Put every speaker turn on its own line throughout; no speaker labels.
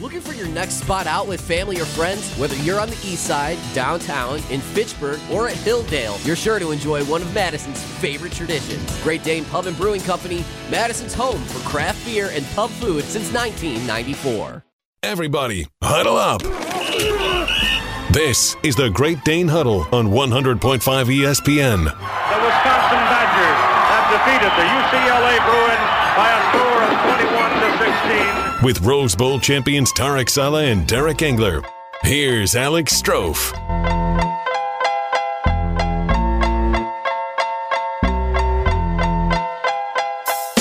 Looking for your next spot out with family or friends? Whether you're on the east side, downtown, in Fitchburg, or at Hilldale, you're sure to enjoy one of Madison's favorite traditions. Great Dane Pub and Brewing Company, Madison's home for craft beer and pub food since 1994.
Everybody, huddle up. This is the Great Dane Huddle on 100.5 E ESPN.
The Wisconsin Badgers have defeated the UCLA Bruins by a score of 21 to 16.
With Rose Bowl champions Tarek Sala and Derek Engler. Here's Alex Strofe.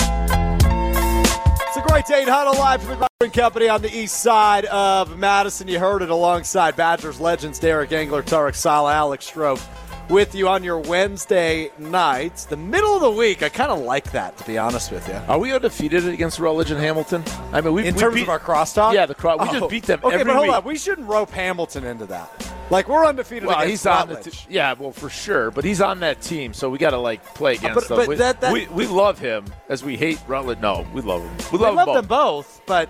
It's a great day in Huddle Live from the Growing Company on the east side of Madison. You heard it alongside Badgers legends Derek Engler, Tarek Sala, Alex Strope with you on your Wednesday night. The middle of the week, I kind of like that, to be honest with you.
Are we undefeated against Rutledge and Hamilton? I mean, we
In
we
terms
beat-
of our crosstalk?
Yeah, the cross. We
Oh.
just beat them
Okay,
every
but hold
week.
on. We shouldn't rope Hamilton into that. Like, we're undefeated
well,
against
he's on the
Rutledge.
t- yeah, well for sure, but he's on that team, so we got to like play against
but-
them.
but
we,
that- that-
we, we love him as we hate Rutledge. No, we love him. We
I
love,
love
him
them
both.
both, but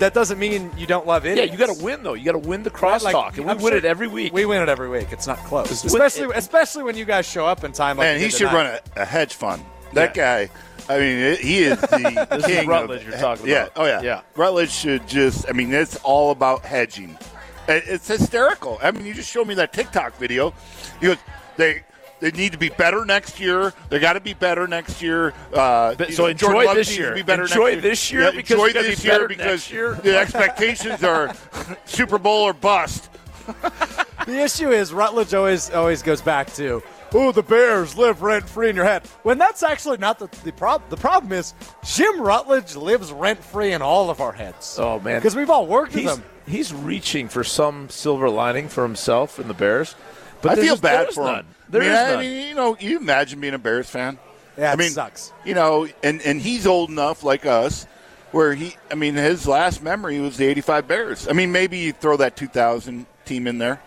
that doesn't mean you don't love it.
Yeah, you got to win though. You got to win the crosstalk, and we
I'm
win
sure-
it every week.
We win it every week. It's not close, especially especially when you guys show up in time. Like
Man,
you
he
did
should
tonight.
run a, a hedge fund. That guy. I mean, it, he is the
This is
king.
Rutledge
of,
you're talking
yeah,
about.
Oh yeah.
Yeah.
Rutledge should just. I mean, it's all about hedging. It- It's hysterical. I mean, you just showed me that TikTok video. He goes, they. They need to be better next year. They got to be better next year. Uh,
But-
you
so
know, Jordan
enjoy
Love
this
needs to
year.
Be better
Enjoy
next
this year
Yeah,
because
enjoy
you gotta be
this year
better
because
next year.
the expectations are Super Bowl or bust.
The issue is Rutledge always always goes back to, oh, the Bears live rent free in your head. When that's actually not the, the problem. The problem is Jim Rutledge lives rent free in all of our heads.
Oh, man.
because we've all worked with
he's,
him.
he's reaching for some silver lining for himself and the Bears. But
I
there's
feel
just-
bad
there's
for
none.
him.
There
I mean,
is
I
none.
mean, you know, you imagine being a Bears fan.
Yeah,
I
it
mean,
sucks.
You know, and and he's old enough like us, where he, I mean, his last memory was the '85 Bears. I mean, maybe you throw that 2000 team in there,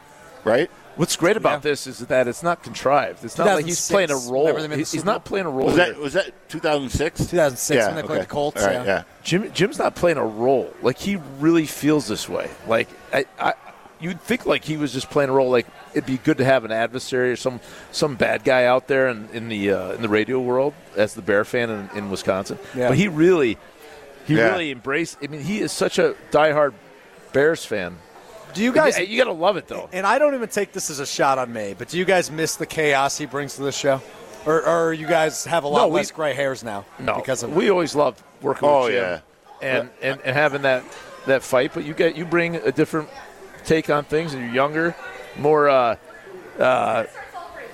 right?
What's great about this is that it's not contrived. It's not like he's
2006,
playing a role.
whenever they made the
He's
Super
not
Bowl.
playing a role.
Was that
here.
was that 2006?
2006 when they played the Colts,
All
yeah.
right, yeah.
Jim Jim's not playing a role. Like he really feels this way. Like I, I you'd think like he was just playing a role. Like it'd be good to have an adversary or some some bad guy out there in, in the uh, in the radio world as the Bear fan in, in Wisconsin.
Yeah.
But he really he
Yeah.
really embraced. I mean, he is such a diehard Bears fan.
Do you guys?
you, gotta love it though.
and I don't even take this as a shot on me, but do you guys miss the chaos he brings to the show? Or, or you guys have a lot
No, we-
less gray hairs now
No,
because of
we always loved working
Oh,
with Jim
yeah.
and, and and having that that fight. But you get you bring a different take on things, and you're younger, more. Uh, uh,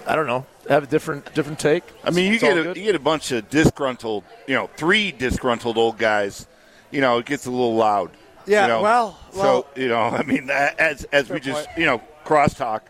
I don't know. Have a different different take.
I mean, you
It's all
get a,
good.
you get a bunch of disgruntled, you know, three disgruntled old guys. You know, it gets a little loud.
Yeah,
you know?
well- well-
so you know, I mean, a- as as we just you know crosstalk,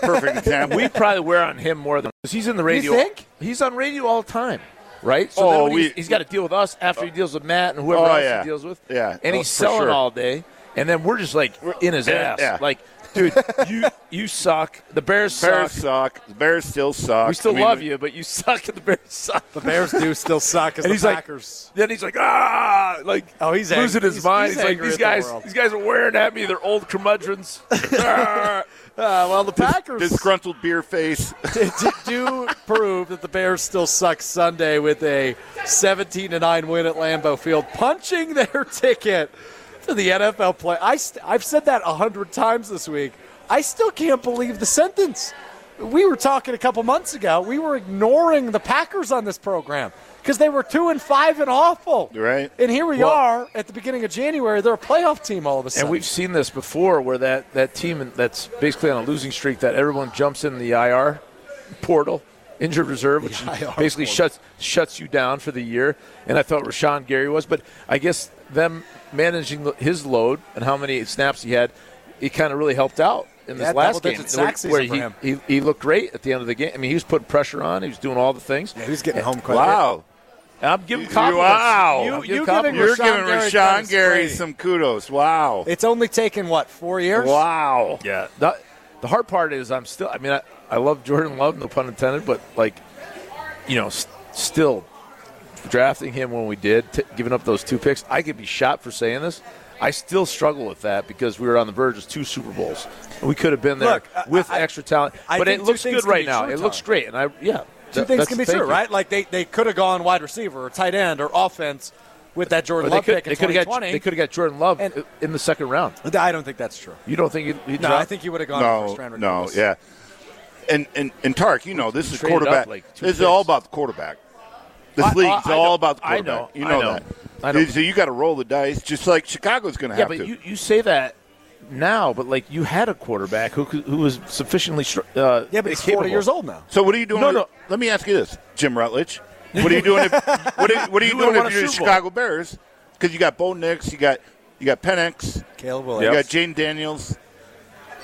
perfect example.
we probably wear on him more than because he's in the radio.
think?
He's on radio all the time, right? So
Oh,
then when he's-
we-
he's got to deal with us after he deals with Matt and whoever
Oh,
else
yeah.
he deals with.
Yeah,
and
oh,
he's
for
selling
sure.
all day, and then we're just like in his
Yeah,
ass,
yeah.
like. Dude, you you suck. The Bears,
Bears
suck.
suck. The Bears still suck.
We still
I mean,
love you, but you suck at the Bears suck.
the Bears do still suck as
And
the
he's like,
Packers.
then he's like, ah, like
Oh, he's ang-
losing
he's-
his mind.
he's
He's, like,
angry
these
at the
guys,
world.
these guys are wearing at me. They're old curmudgeons. Ah.
uh, well, the Packers
Disgruntled beer face.
did, did do prove that the Bears still suck Sunday with a 17 to 9 win at Lambeau Field, punching their ticket to the NFL play. I st- I've said that a hundred times this week. I still can't believe the sentence. We were talking a couple months ago. We were ignoring the Packers on this program because they were two and five and awful.
Right.
And here we
Well-
are at the beginning of January. They're a playoff team all of a sudden.
and we've seen this before, where that that team that's basically on a losing streak, that everyone jumps in the IR portal, injured reserve, which basically shuts shuts you down for the year. And I thought Rashawn Gary was, but I guess them managing the- his load and how many snaps he had, it kind of really helped out in this
Yeah,
last game
double-digit sack season
where
for him.
he, he he looked great at the end of the game. I mean, he was putting pressure on, he was doing all the things.
yeah, he's getting home quick.
Wow.
And I'm giving
You-
compliments.
wow.
You,
I'm
giving
you
Rashawn
giving
You're giving
Gary's
Rashawn
minus
Gary
three.
some kudos. Wow.
It's only taken what four years?
Wow.
Yeah. The, the hard part is I'm still. I mean, I, I love Jordan Love, no pun intended, but like, you know, st- still drafting him when we did, t- giving up those two picks. I could be shot for saying this. I still struggle with that because we were on the verge of two Super Bowls. We could have been there
Look, I-
with
I-
extra talent,
I
but
think
it
two
looks
things
good
can
right
be
now.
true,
It looks
Tom.
great, and I yeah,
Two
th-
things
that's-
can be
thank
true,
you.
right? Like they, they could have gone wide receiver or tight end or offense with that
Or
Jordan
they
Love
could
pick in
they could have got
2020.
they could have got Jordan Love uh,
And-
in the second round.
I don't think that's true.
You don't think he, he
No, I think he would have gone
No,
first round.
no,
regardless.
yeah. And and and Tark, you know this is
Traded up
quarterback.
like two
this is
picks.
all about the quarterback. This
I- I-
league's
I know-
all about the
I
quarterback.
know,
you
I
know,
know,
that.
I know.
So you got to roll the dice, just like Chicago's going to
Yeah,
have
but
to.
you, you say that now, but like you had a quarterback who could- who was sufficiently str- uh,
Yeah, but he's
capable.
40 years old now.
so what are you doing?
No,
with-
no.
Let me ask you this, Jim Rutledge. What are you doing? If, what are, what are you,
You would've
doing
won
if
a
you're the
Super Bowl.
Chicago Bears? Because you got Bo Nix, you got you got Penix,
Caleb
you
Williams.
got Jane Daniels,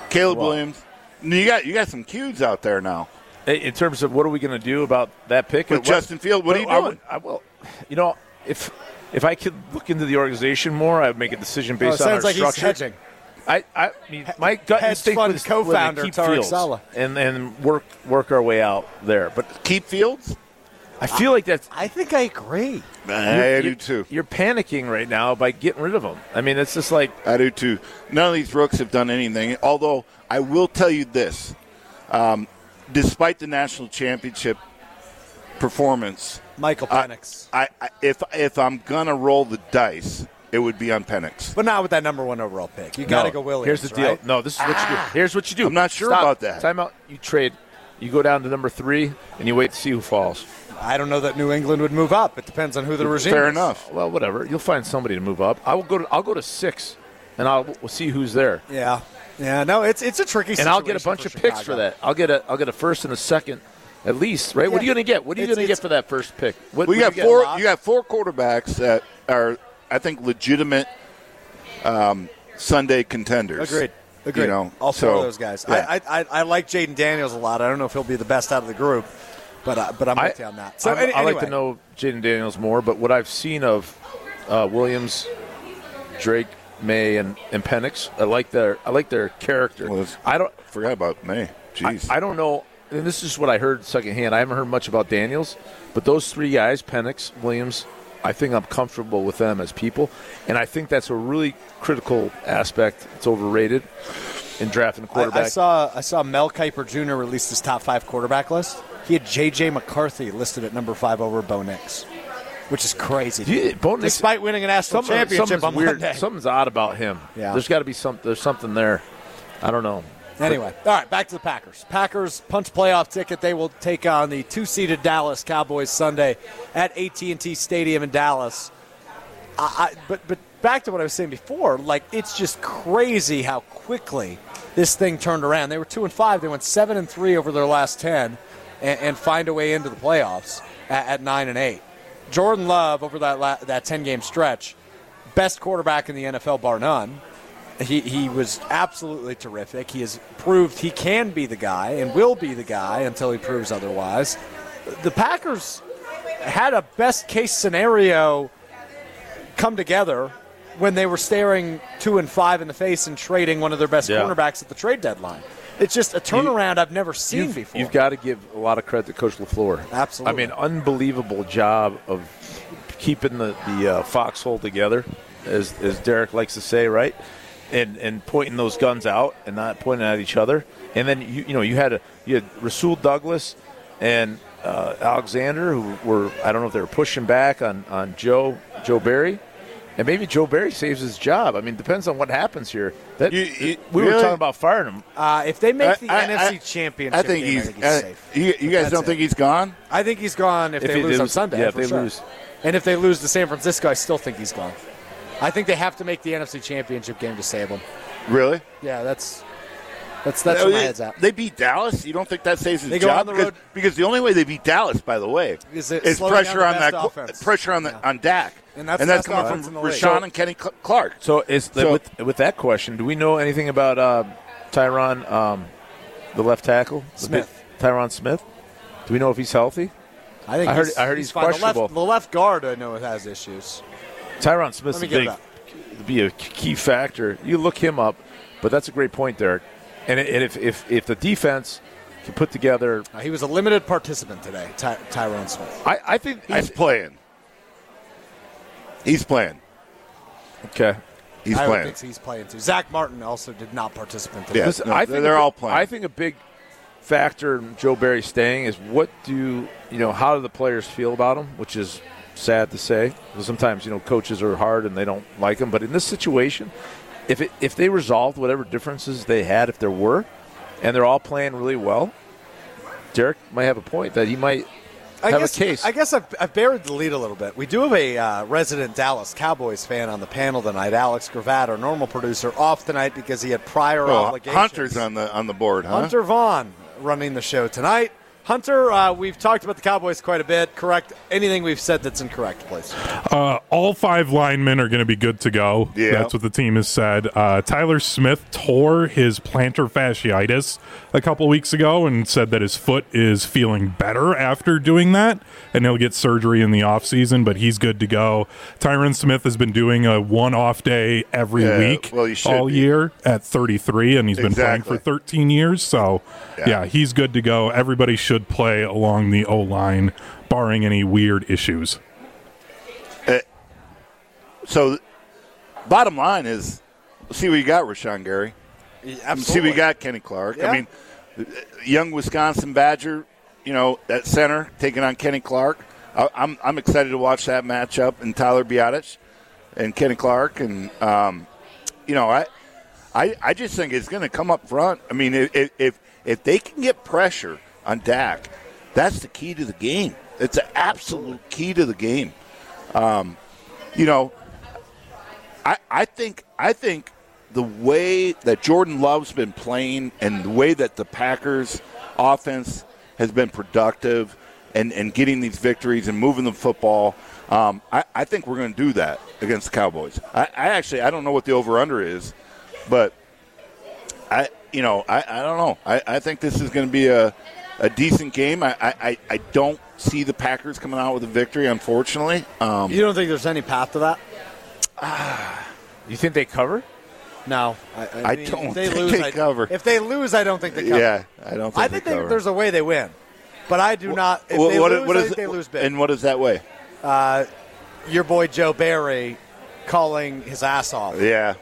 Caleb Williams. And You got you got some cues out there now.
In- In terms of what are we going to do about that pick?
With
Or what-
Justin Field, what are
No,
you
I
doing?
would- I will. You know, if if I could look into the organization more, I would make a decision based on
Oh,
our
sounds like he's
structure.
hedging.
I, I mean, my gut
hedge
instinct
fund
was was to
co-founder
keep
Tarek
Fields
Saleh.
and and work work our way out there. But
Keep Fields.
I feel like that's
I think I agree.
I
you-
do too.
You're panicking right now by getting rid of him. I mean, it's just like
I do too. None of these rooks have done anything. Although I will tell you this, um, despite the national championship performance,
Michael Penix.
I, I if if I'm gonna roll the dice, it would be on Penix.
but not with that number one overall pick. You got to
No,
go Williams.
Here's the deal.
right?
No, this is what you do. Here's what you do.
I'm not sure
Stop.
about that.
Time out. You trade. You go down to number three and you wait to see who falls.
I don't know that New England would move up. It depends on who the regime
Fair
is.
enough.
Well, whatever. You'll find somebody to move up. I will go to. I'll go to six, and I'll we'll see who's there.
Yeah. Yeah, no, it's it's a tricky
And
situation.
I'll get a bunch of picks for
Chicago.
that. I'll get a. I'll get a first and a second, at least. Right? What are
Yeah.
you going to get? What are you
It's-
going to get
it's-
for that first pick? What,
We
what
got
do you
four.
get?
You got four quarterbacks that are, I think, legitimate um, Sunday contenders.
Agreed. Agreed.
You know,
All four
so,
of those guys.
yeah.
I I, I, I like Jaden Daniels a lot. I don't know if he'll be the best out of the group, but uh, but I'm
I-
with you on that. So
I,
any-
I like
anyway.
to know Jaden Daniels more, but what I've seen of uh, Williams, Drake, May, and, and Penix, I like their I like their character.
Well, that's-
I don't
forgot about May.
I,
Jeez.
I don't know. And this is what I heard secondhand. I haven't heard much about Daniels, but those three guys, Penix, Williams, I think I'm comfortable with them as people, and I think that's a really critical aspect. It's overrated in drafting a quarterback.
I, I saw I saw Mel Kiper Jr. release his top five quarterback list. He had J.J. McCarthy listed at number five over Bo Nix, which is crazy.
Yeah, Bo Nix-
Despite winning an national
Something-
championship
something's
on
weird.
Monday.
Something's odd about him.
Yeah.
There's got to be some. There's something there. I don't know.
Anyway, all right, back to the Packers. Packers punch playoff ticket. They will take on the two-seeded Dallas Cowboys Sunday at AT&T Stadium in Dallas. I, I, but but back to what I was saying before, like it's just crazy how quickly this thing turned around. They were two and five. They went seven and three over their last ten, and, and find a way into the playoffs at, at nine and eight. Jordan Love over that la- that ten game stretch, best quarterback in the NFL bar none. He, he was absolutely terrific. He has proved he can be the guy and will be the guy until he proves otherwise. The Packers had a best case scenario come together when they were staring two and five in the face and trading one of their best
Yeah.
cornerbacks at the trade deadline. It's just a turnaround I've never seen
You've,
before.
you've got to give a lot of credit to Coach Lafleur.
Absolutely.
I mean, unbelievable job of keeping the the uh, foxhole together, as as Derek likes to say, right? And and pointing those guns out and not pointing at each other. And then you you know you had a, you had Rasul Douglas and uh, Alexander who were I don't know if they were pushing back on on Joe Joe Barry. And maybe Joe Barry saves his job. I mean, depends on what happens here. That
You- you-
we were
really?
talking about firing him.
uh, if they make the
I- I-
NFC
I-
Championship,
I think
game,
he's.
I think he's
I-
safe.
you, you guys
That's
don't
it.
think he's gone?
I think he's gone if,
If
they
he
lose on
lose-
Sunday.
yeah, if
for
they
sure.
lose.
And if they lose to San Francisco, I still think he's gone. I think they have to make the NFC Championship game to save him.
Really?
Yeah, that's that's that's where my head's at.
They beat Dallas. You don't think that saves his
They go
job?
on the
because,
road-
because the only way they beat Dallas, by the way,
Is it slowing down
pressure
the
on
best
that qu-
offense.
pressure on the
Yeah.
on Dak,
And that's the best
coming
offense
from
in the league.
Rashawn and Kenny Cl- Clark.
So is
So-
with with that question? Do we know anything about uh, Tyron, um, the left tackle, The
Smith.
big- Tyron Smith? Do we know if he's healthy?
I think
I heard-
he's,
I heard he's
fine. The left-
questionable.
The left, guard I know has issues.
Tyron Smith's
Let me
a
get
big, be a key factor. You look him up, but that's a great point, Derek. And, it, and if, if if the defense can put together,
Uh, he was a limited participant today, Ty- Tyrone Smith.
I, I think. I,
He's playing. He's playing.
okay,
He's
I would
playing.
think he's playing too. Zach Martin also did not participate. Today.
Yeah,
Listen,
no,
I think
they're
a
all
big-
playing.
I think a big factor in Joe Barry staying is what do you know? How do the players feel about him? Which is sad to say. 'cause Sometimes you know coaches are hard and they don't like him. But in this situation, if it, if they resolved whatever differences they had, if there were, and they're all playing really well, Derek might have a point that he might
I
have
guess,
a case.
I guess I've, I've buried the lead a little bit. We do have a uh, resident Dallas Cowboys fan on the panel tonight, Alex Gravatt, our normal producer, off tonight because he had prior
Oh,
obligations.
Hunter's on the on the board, huh?
Hunter Vaughn running the show tonight. Hunter, uh, we've talked about the Cowboys quite a bit. Correct anything we've said that's incorrect, please.
Uh, all five linemen are going to be good to go.
Yeah.
That's what the team has said. Uh, Tyler Smith tore his plantar fasciitis a couple weeks ago and said that his foot is feeling better after doing that, and he'll get surgery in the offseason, but he's good to go. Tyron Smith has been doing a one off day every
Yeah,
week
well, he should
all
be.
year at 33, and he's been
Exactly.
playing for 13 years. So,
Yeah.
yeah. he's good to go. Everybody should play along the O line, barring any weird issues.
So, bottom line is, see what you got, Rashawn Gary. See what you got, Kenny Clark.
Yeah.
I mean, young Wisconsin Badger, you know, at center taking on Kenny Clark. I, I'm I'm excited to watch that matchup and Tyler Biotic and Kenny Clark and um, you know I I I just think it's going to come up front. I mean, if- if if if they can get pressure on Dak, that's the key to the game. It's an absolute key to the game. Um, you know, I, I think I think the way that Jordan Love's been playing and the way that the Packers offense has been productive and, and getting these victories and moving the football, um, I, I think we're going to do that against the Cowboys. I, I actually I don't know what the over under is, but I you know I, I don't know. I, I think this is going to be a, a decent game. I, I, I- I don't see the Packers coming out with a victory, unfortunately. Um,
You don't think there's any path to that?
you think they cover?
No, I,
I
mean,
don't
If they
think
lose,
they
I-
cover.
If they lose, I don't think they cover.
Yeah, I don't think
I
they
think they-
cover.
there's a way they win, but I do not. If
Wha-
they
what-
lose,
what
I
is
think
it-
they lose big.
And what is that way?
your boy Joe Barry calling his ass off,
Yeah.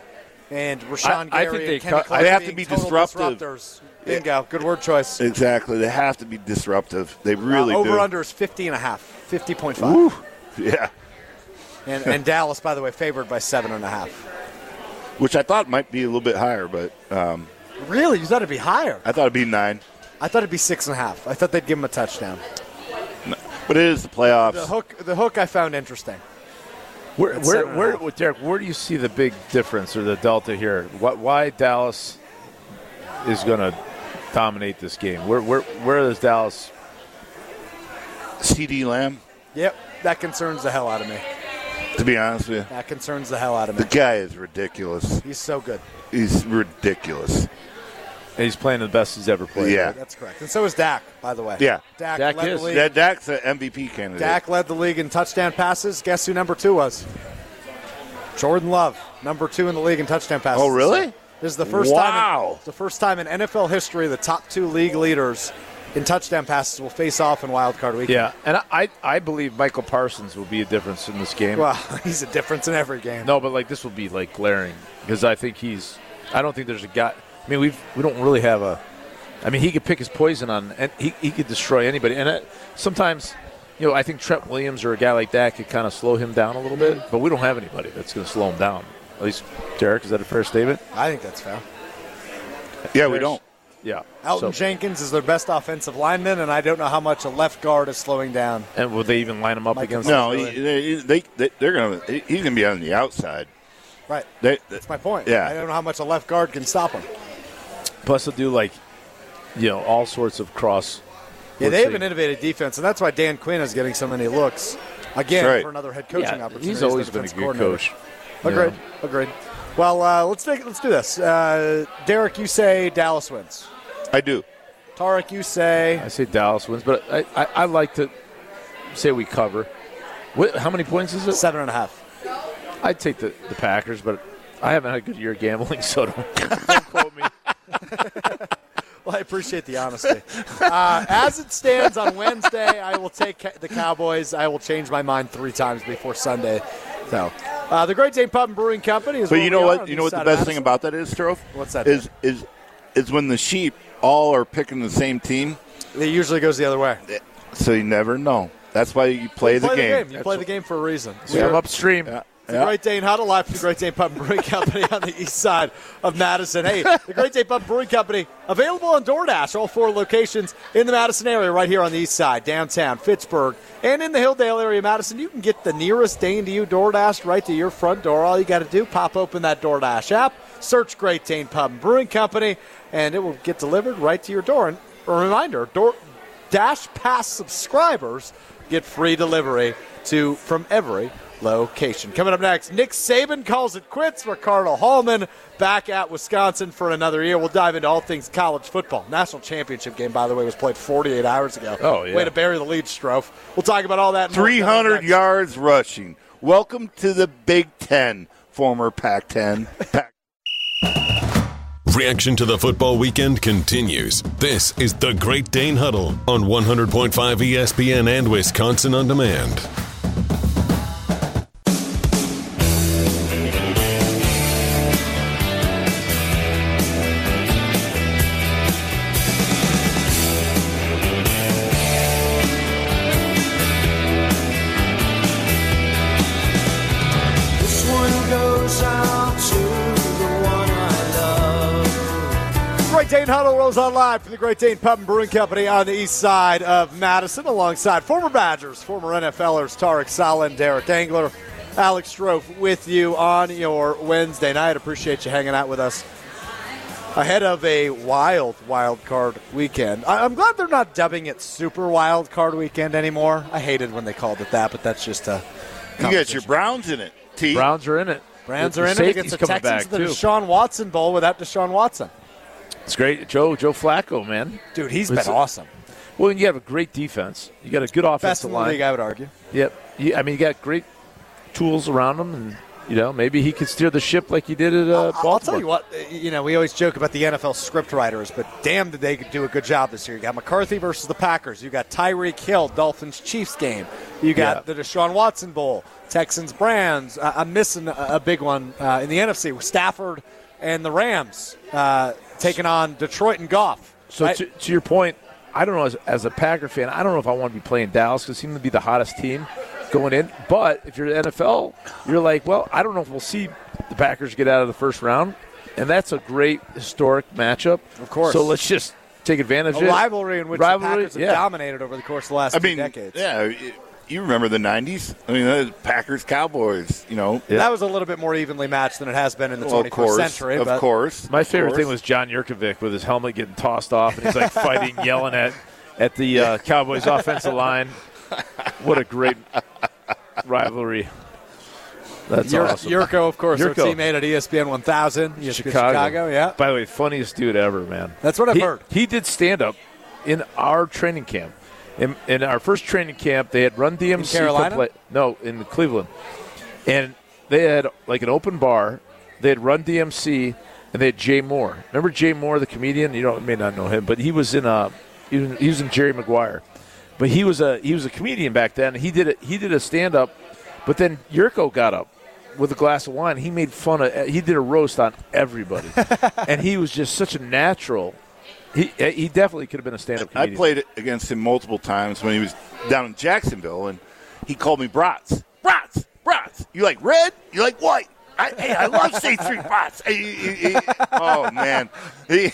and Rashawn
I- I
Gary
think they
and Kenny
cut-
Clark
they have to
being
be
total
disruptive.
disruptors. Bingo, good word choice.
Exactly. They have to be disruptive. They really
uh, over
do.
under is 50 and a half, 50.5.
Woo. Yeah.
And, and Dallas, by the way, favored by seven and a half.
Which I thought might be a little bit higher, but um,
Really? You thought it'd be higher?
I thought it'd be nine.
I thought it'd be six and a half. I thought they'd give him a touchdown.
But it is the playoffs.
The hook, the hook, I found interesting.
Where,
At
where,
seven and a
where,
half.
well, Derek, where do you see the big difference or the delta here? Why, why Dallas is going to dominate this game? Where, where, where is Dallas?
CD Lamb,
Yep, that concerns the hell out of me.
to be honest with you,
That concerns the hell out of me.
the guy is ridiculous.
He's so good.
He's ridiculous.
And he's playing the best he's ever played.
Yeah.
That's correct. And so is Dak, by the way.
Yeah.
Dak,
Dak
led
is.
the league.
That Dak's an MVP candidate.
Dak led the league in touchdown passes. Guess who number two was? Jordan Love, number two in the league in touchdown passes.
Oh, really?
This is the first time.
Wow.
it's the first time in NFL history the top two league leaders in touchdown passes will face off in Wild Card Week.
Yeah. And I- I, I believe Michael Parsons will be a difference in this game.
Well, he's a difference in every game.
No, but like this will be like glaring because I think he's. I don't think there's a guy. I mean, we've we don't really have a. I mean, he could pick his poison on, and he, he could destroy anybody. And it, sometimes, you know, I think Trent Williams or a guy like that could kind of slow him down a little bit. But we don't have anybody that's going to slow him down. At least, Derek, is that a fair statement?
I think that's fair.
Yeah, we don't.
Yeah.
Elton
So-
Jenkins is their best offensive lineman, and I don't know how much a left guard is slowing down.
and will they even line him up
Michael
against?
No, he, they, they, they- they're gonna. He's gonna be on the outside.
Right.
They,
That's my point.
Yeah.
I don't know how much a left guard can stop him.
Plus, they'll do like, you know, all sorts of cross.
Yeah, they
Let's
have
see.
an innovative defense, and that's why Dan Quinn is getting so many looks. Again,
That's right.
for another head coaching
Yeah,
opportunity. as
he's
the
always been a
defensive
good
coordinator.
coach.
Agreed. Agreed. Well, uh, let's take, let's do this. Uh, Derek, you say Dallas wins.
I do.
Tarek, you say
I say Dallas wins, but I, I, I like to say we cover. What, how many points is it?
seven and a half.
I'd take the, the Packers, but I haven't had a good year gambling, so don't, don't quote me.
Well, I appreciate the honesty. uh, as it stands on Wednesday, I will take ca- the Cowboys. I will change my mind three times before Sunday. So Uh, the Great Dane Pub and Brewing Company is.
But
where
you
we
know
are
what?
on
You know
east
what the
side of
best thing
Madison.
about that is, Strofe?
What's that?
Is is is when the sheep all are picking the same team,
It usually goes the other way.
so you never know. That's why you play, the,
play
game.
You play the game for a reason.
So I'm upstream.
The Great Dane Huddle Live from the Great Dane Pub and Brewing Company on the east side of Madison. Hey, the Great Dane Pub and Brewing Company available on DoorDash, all four locations in the Madison area, right here on the east side, downtown, Pittsburgh, and in the Hilldale area of Madison. You can get the nearest Dane to you DoorDash right to your front door. All you got to do, pop open that DoorDash app, search Great Dane Pub and Brewing Company, and it will get delivered right to your door. And a reminder, door, Dash Pass subscribers get free delivery to from every location. Coming up next, Nick Saban calls it quits for Cardinal Hallman back at Wisconsin for another year. We'll dive into all things college football. National championship game, by the way, was played 48 hours ago.
Oh, yeah.
Way to bury the lead, Strofe. We'll talk about all that. and more coming up
300
next.
yards rushing. Welcome to the Big Ten, former Pac-10. Pac-
Reaction to the football weekend continues. This is the Great Dane Huddle on 100.5 ESPN and Wisconsin On Demand.
This one goes out to the one I love.
Great Dane Huddle rolls on live from the Great Dane Pub and Brewing Company on the east side of Madison, alongside former Badgers, former NFLers Tarek Salin, Derek Angler, Alex Strofe with you on your Wednesday night. Appreciate you hanging out with us ahead of a wild wild card weekend. I- I'm glad they're not dubbing it Super Wild Card Weekend anymore. I hated when they called it that, but that's just a
you got your Browns in it. T.
Browns are in it.
Brands
The
are in it
safety's
against the
coming
Texans.
back,
The
too.
Deshaun Watson Bowl without Deshaun Watson.
It's great. Joe Joe Flacco, man.
Dude, he's
Was
been
it-
awesome.
Well, and you have a great defense. You got a good
Best
offensive
in the
line.
league, I would argue.
Yep. You, I mean, you got great tools around him, and you know maybe he could steer the ship like he did at uh, Baltimore.
I'll tell you what, uh, you know, we always joke about the NFL script writers, but damn, did they do a good job this year. You got McCarthy versus the Packers. You got Tyreek Hill, Dolphins Chiefs game. You got
Yeah.
the Deshaun Watson Bowl, Texans Brands. Uh, I'm missing a, a big one uh, in the NFC with Stafford and the Rams uh, taking on Detroit and Goff.
So
I-
to, to your point, I don't know as, as a Packer fan, I don't know if I want to be playing Dallas because seem to be the hottest team going in. But if you're the NFL, you're like, well, I don't know if we'll see the Packers get out of the first round, and that's a great historic matchup.
Of course.
So let's just take advantage
a
of it.
rivalry in which the
Rivalry,
Packers have
yeah.
dominated over the course of the last
I
two
mean,
decades.
yeah. y- You remember the '90s? I mean, that was Packers, Cowboys. You know,
That was a little bit more evenly matched than it has been in the
Well,
21st
of course,
century.
of
but
course.
My
of
favorite thing
course.
was John Yurkovic with his helmet getting tossed off, and he's like fighting, yelling at at the uh, Cowboys offensive line. What a great rivalry! That's
Yur-
awesome.
Yurko, of course, our
Yurko.
teammate at E ESPN 1000, ESPN Chicago.
Chicago.
yeah.
By the way, funniest dude ever, man.
That's what I've
he,
heard.
He did stand up in our training camp. In, in our first training camp, they had Run DMC. come
Carolina?
play- no, in Cleveland. And they had like an open bar. They had Run DMC, and they had Jay Moore. Remember Jay Moore, the comedian? You don't may not know him, but he was in uh, he was, he was in Jerry Maguire. But he was a he was a comedian back then. He did a, he did a stand up, but then Yurko got up with a glass of wine. He made fun of he did a roast on everybody, and he was just such a natural. He he definitely could have been a stand up
I
comedian.
played against him multiple times when he was down in Jacksonville, and he called me brats, brats, brats. You like red? You like white? I, hey, I love state street brats. Hey, he- he- he- oh man, he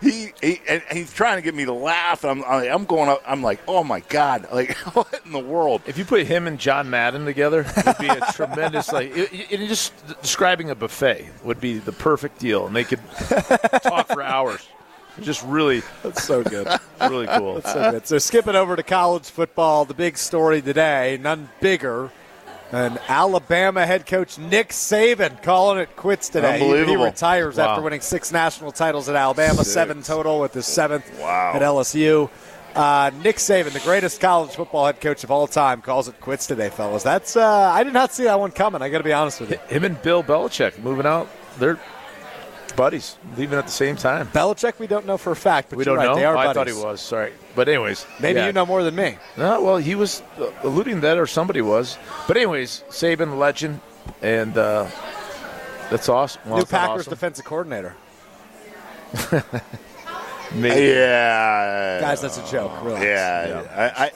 he, he and he's trying to get me to laugh. I'm I'm going up. I'm like, oh my god, like what in the world?
If you put him and John Madden together, it would be a tremendous like. It, it- it just describing a buffet would be the perfect deal, and they could talk for hours. Just really,
That's so good.
really cool.
Uh, so good. So skipping over to college football, the big story today, none bigger than Alabama head coach Nick Saban calling it quits today. He- He,
Unbelievable.
retires
Wow.
after winning six national titles at Alabama, seven total with his seventh
Wow.
at LSU. Uh, Nick Saban, the greatest college football head coach of all time, calls it quits today, fellas. That's uh, I did not see that one coming. I got to be honest with you.
Him and Bill Belichick moving out. They're buddies, leaving at the same time.
Belichick, we don't know for a fact, but
We
you're
don't
right,
know.
They are
I
buddies.
thought he was. Sorry, but anyways,
Maybe
yeah.
you know more than me.
No, well, he was uh, alluding to that, or somebody was. But anyways, Saban, legend, and uh, that's awesome. Well,
New
it's not
Packers
awesome.
defensive coordinator.
Maybe.
Yeah.
Guys, that's
Oh,
a joke. Relax.
Yeah. I, I,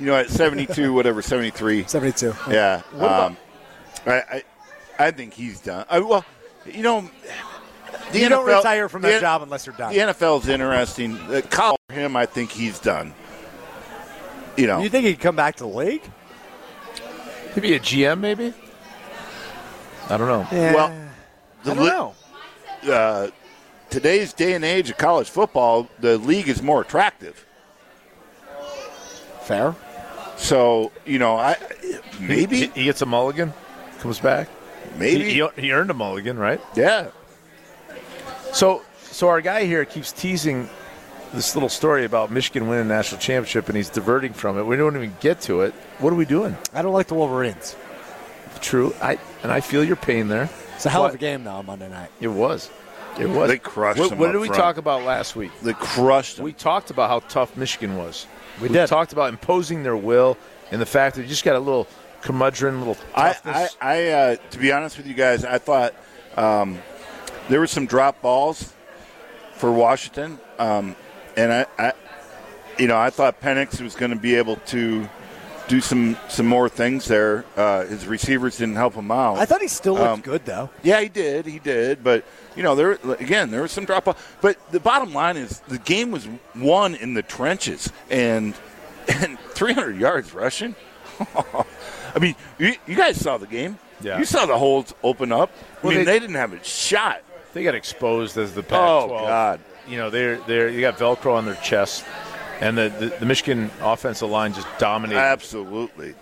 you know, at 72, whatever, 73.
72.
Yeah. Um, I, I, I think he's done. I, well, you know, the
You
NFL,
don't retire from that
the-
job unless you're done.
The NFL's interesting. Uh, Kyle, him, I think he's done. You know,
You think he'd come back to the league?
Maybe a GM, maybe. I don't know.
well, the
uh, I don't
li-
know.
uh, today's day and age of college football, the league is more attractive.
Fair.
So you know, I
He,
maybe,
he gets a mulligan, comes back. He,
maybe,
he, he earned a mulligan, right?
yeah.
So, so our guy here keeps teasing this little story about Michigan winning a national championship, and he's diverting from it. We don't even get to it. What are we doing?
I don't like the Wolverines.
True, I and I feel your pain there.
It's a hell of a
But-
game, though, on Monday night.
It was, it was.
They crushed
What,
them
what
up
did we
front.
talk about last week?
They crushed
We
him.
talked about how tough Michigan was. We,
did.
talked about imposing their will and the fact that you just got a little curmudgeon, little
I,
toughness.
I, I uh, to be honest with you guys, I thought um, there were some drop balls for Washington, um, and I, I, you know, I thought Penix was going to be able to do some some more things there. Uh, his receivers didn't help him out.
I thought he still looked
Um,
good, though.
Yeah, he did. He did. But you know, there again, there was some drop off. But the bottom line is the game was won in the trenches, and and 300 yards rushing. I mean, you, you guys saw the game.
Yeah.
You saw the holes open up.
Well,
I mean,
they-
they, didn't have a shot.
They got exposed as the Pac-12.
Oh, God.
You know they're they're you got Velcro on their chest, and the the, the Michigan offensive line just dominated.
Absolutely.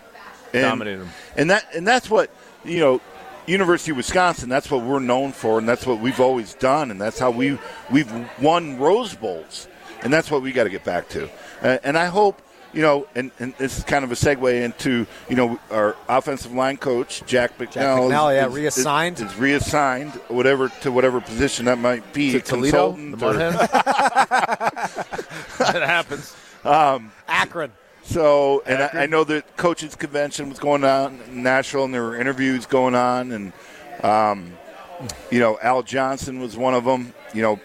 And,
Dominated 'em.
And that and that's what you know, University of Wisconsin. That's what we're known for, and that's what we've always done, and that's how we we've won Rose Bowls, and that's what we got to get back to. Uh, and I hope you know, and, and this is kind of a segue into you know our offensive line coach Jack McNally.
McNally, yeah, reassigned.
Is, reassigned, whatever to whatever position that might be.
To Toledo,
consultant
the
or-
mud hen. that happens.
Akron.
So, and I, I know the coaches' convention was going on in Nashville, and there were interviews going on, and um, you know, Al Johnson was one of them. You know,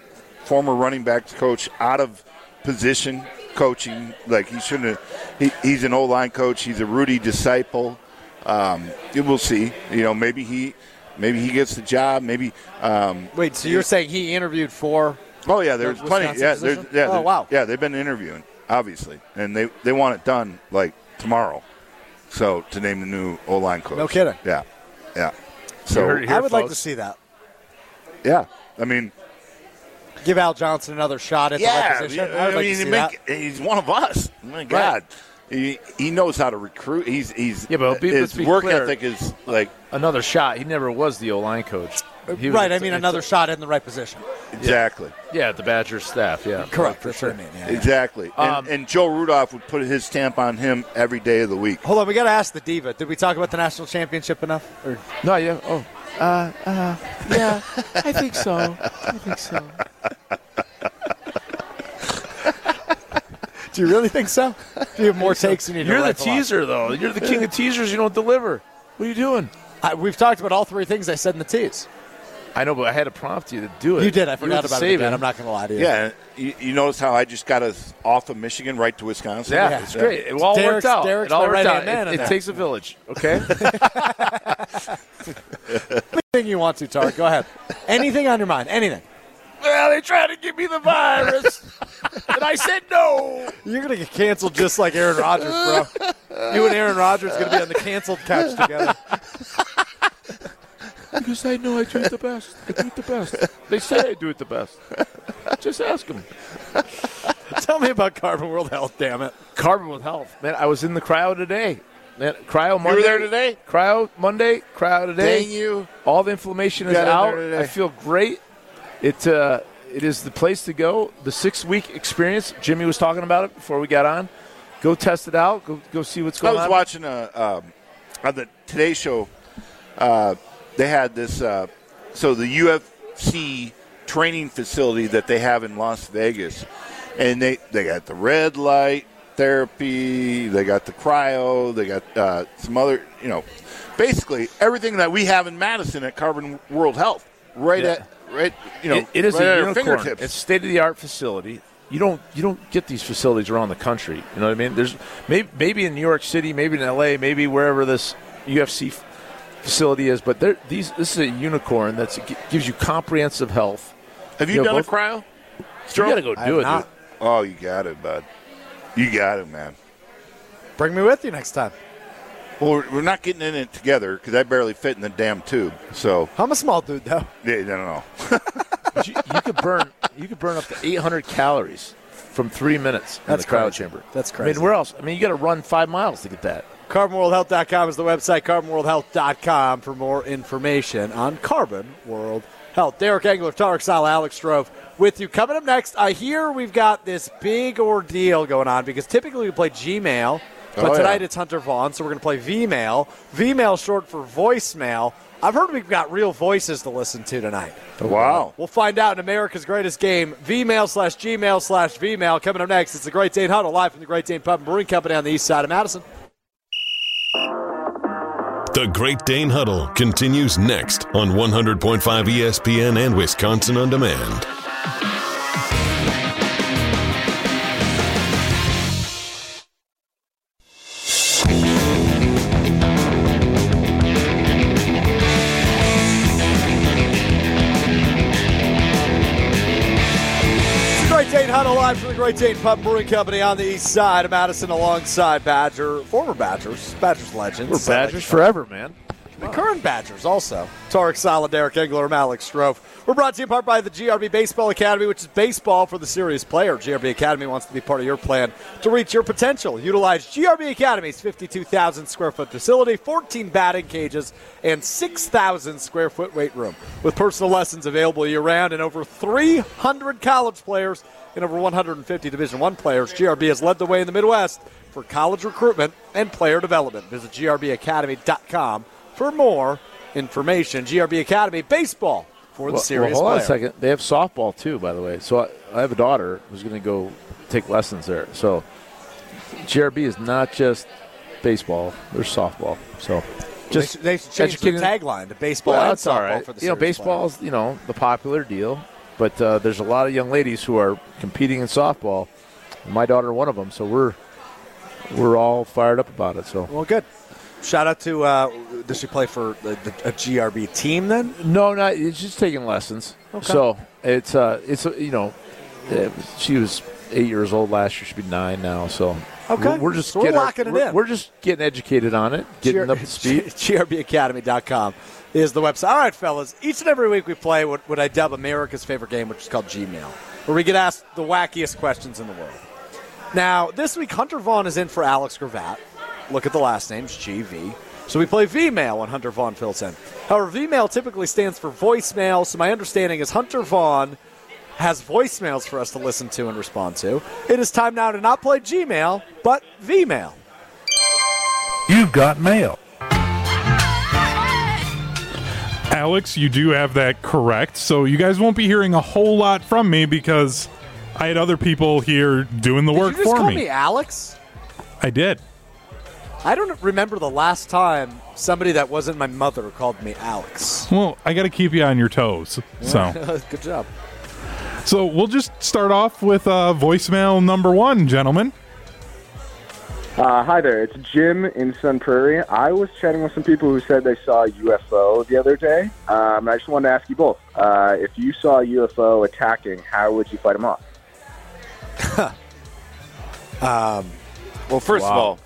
former running backs coach, out of position coaching, like he shouldn't. Have, he, he's an old line coach. He's a Rudy disciple. Um, we'll see. You know, maybe he, maybe he gets the job. Maybe. Um,
Wait, so you're saying he interviewed for
oh yeah, there's
The
plenty.
Wisconsin
Yeah, there's,
position?
yeah.
Oh,
there-
wow.
Yeah, they've been interviewing obviously, and they they want it done like tomorrow. So to name the new O line coach.
No kidding.
Yeah, yeah.
You
So
heard it here,
I would like to
folks.
see that.
yeah, I mean,
Give Al Johnson another shot at the right
yeah.
position.
I
would like
mean,
to see
make-
that.
he's one of us. My God, he, he knows how to recruit. He's he's
Yeah, but be- let's
his
be
work
clear.
ethic is like
another shot. He never was the O line coach. He was
Uh, right,
a-
I mean, another shot in the right position.
exactly.
Yeah, the Badgers staff. Yeah,
Correct. That's what I mean. yeah.
Exactly, and,
Um,
and Joe Rudolph would put his stamp on him every day of the week.
Hold on, we got to ask the diva. Did we talk about the national championship enough? Or
No, yeah. Oh,
Yeah, I think so. I think so.
do you really think so? Do you have more takes than you
you're the
write for last?
teaser though. You're the king of teasers. You don't deliver. What are you doing?
I, we've talked about all three things I said in the tease.
I know, but I had to prompt you to do it.
You did. I
were
forgot about it.
saving.
Again. I'm not going to lie to you.
Yeah, you, you notice how I just got us off of Michigan right to Wisconsin.
Yeah, it's great. It all
Derek's-
worked out.
Derek's
it all
my
worked
right-hand
out.
man in
it it
that.
takes a village. Okay.
Anything you want to, Tarek. Go ahead. Anything on your mind? Anything.
well, they tried to give me the virus, and I said no.
You're going to get canceled just like Aaron Rodgers, bro. You and Aaron Rodgers going to be on the canceled couch together.
Because I know I do it the best. I do it the best. They say I do it the best. Just ask them.
Tell me about Carbon World Health, damn it.
Carbon with health. Man, I was in the cryo today. Man, cryo Monday.
there today?
Cryo Monday, cryo today.
Dang you.
All the inflammation is
Got in
out.
there today.
I feel great. It uh, it is the place to go. The six week experience. Jimmy was talking about it before we got on. Go test it out. Go go see what's
I
going
was
on.
watching a um, on the Today Show. Uh, they had this. Uh, so the UFC training facility that they have in Las Vegas, and they they got the red light, therapy. They got the cryo. They got uh, some other, you know, basically everything that we have in Madison at Carbon World Health, right at right, you know,
It- it is
right
a
at our
unicorn.
fingertips.
It's state of the art facility. You don't you don't get these facilities around the country. You know what I mean? There's maybe maybe in New York City, maybe in L.A., maybe wherever this UFC f- facility is. But there, these this is a unicorn that gives you comprehensive health.
have you,
you know,
done
both-
a cryo?
You gotta go
I
do
have
it.
not.
dude.
Oh, you got it, bud. You got it, man.
Bring me with you next time.
Well, we're, we're not getting in it together because I barely fit in the damn tube. So,
I'm a small dude, though.
yeah, I don't know.
But you, you could burn you could burn up to 800 calories from three minutes in
That's
the cryo
crazy.
chamber.
That's
I
crazy.
mean, where else? I mean, you got to run five miles to get that.
CarbonWorldHealth.com is the website. CarbonWorldHealth.com for more information on Carbon World Health. Derek Engler, Tarek Sala, Alex Strove with you. Coming up next, I hear we've got this big ordeal going on because typically we play Gmail, but
Oh, yeah.
tonight it's Hunter Vaughn, so we're going to play Vmail. Vmail short for voicemail. I've heard we've got real voices to listen to tonight.
Wow.
We'll find out in America's Greatest Game, Vmail slash Gmail slash Vmail. Coming up next, it's the Great Dane Huddle live from the Great Dane Pub and Brewing Company on the east side of Madison.
The Great Dane Huddle continues next on 100.5 ESPN and Wisconsin On Demand.
Great Dane Huddle live from the Great Dane Pub Brewing Company on the east side of Madison alongside Badger, former Badgers, Badgers legends.
We're Badgers forever, man.
The current Badgers also. Tarek Solid, Derek Engler, and Alex Strofe. We're brought to you in part by the GRB Baseball Academy, which is baseball for the serious player. GRB Academy wants to be part of your plan to reach your potential. Utilize GRB Academy's 52,000 square foot facility, 14 batting cages, and 6,000 square foot weight room. With personal lessons available year round and over 300 college players and over 150 Division One players, GRB has led the way in the Midwest for college recruitment and player development. Visit grbacademy.com for more information. GRB Academy baseball for the serious
hold on a
player.
second. They have softball too, by the way. So I, I have a daughter who's going to go take lessons there. So GRB is not just baseball; there's softball. So just
they, should change the
educating-
tagline to baseball
Well,
and
that's
softball
all right.
for the
You know,
serious
baseball's you know the popular deal, but uh, there's a lot of young ladies who are competing in softball. My daughter, one of them. So we're we're all fired up about it. So
player. Well, good. Shout out to uh, does she play for the, the, a GRB team then?
no, not it's just taking lessons. So it's uh it's uh, you know uh, she was eight years old last year. She'd be nine now. So
Okay.
we're, we're just
So we're
getting our-
locking it
we're-
in.
We're just getting educated on it, getting
GR-
up to speed.
GRBacademy.com is the website. All right, fellas. Each and every week we play what, what I dub America's favorite game, which is called Gmail, where we get asked the wackiest questions in the world. Now, this week, Hunter Vaughn is in for Alex Gravatt. Look at the last names, GV. So we play Vmail when Hunter Vaughn fills in. However, Vmail typically stands for voicemail, so my understanding is Hunter Vaughn has voicemails for us to listen to and respond to. It is time now to not play Gmail, but Vmail.
You've got mail. Alex, you do have that correct. So you guys won't be hearing a whole lot from me because I had other people here doing the work
Did you just
for
call
me.
me Alex?
I did.
I don't remember the last time somebody that wasn't my mother called me Alex.
Well, I got to keep you on your toes. So,
Good job.
so we'll just start off with uh, voicemail number one, gentlemen.
Uh, hi there, it's Jim in Sun Prairie. I was chatting with some people who said they saw a UFO the other day. Um, I just wanted to ask you both uh, if you saw a UFO attacking, how would you fight them off?
Well, first
Wow.
of all,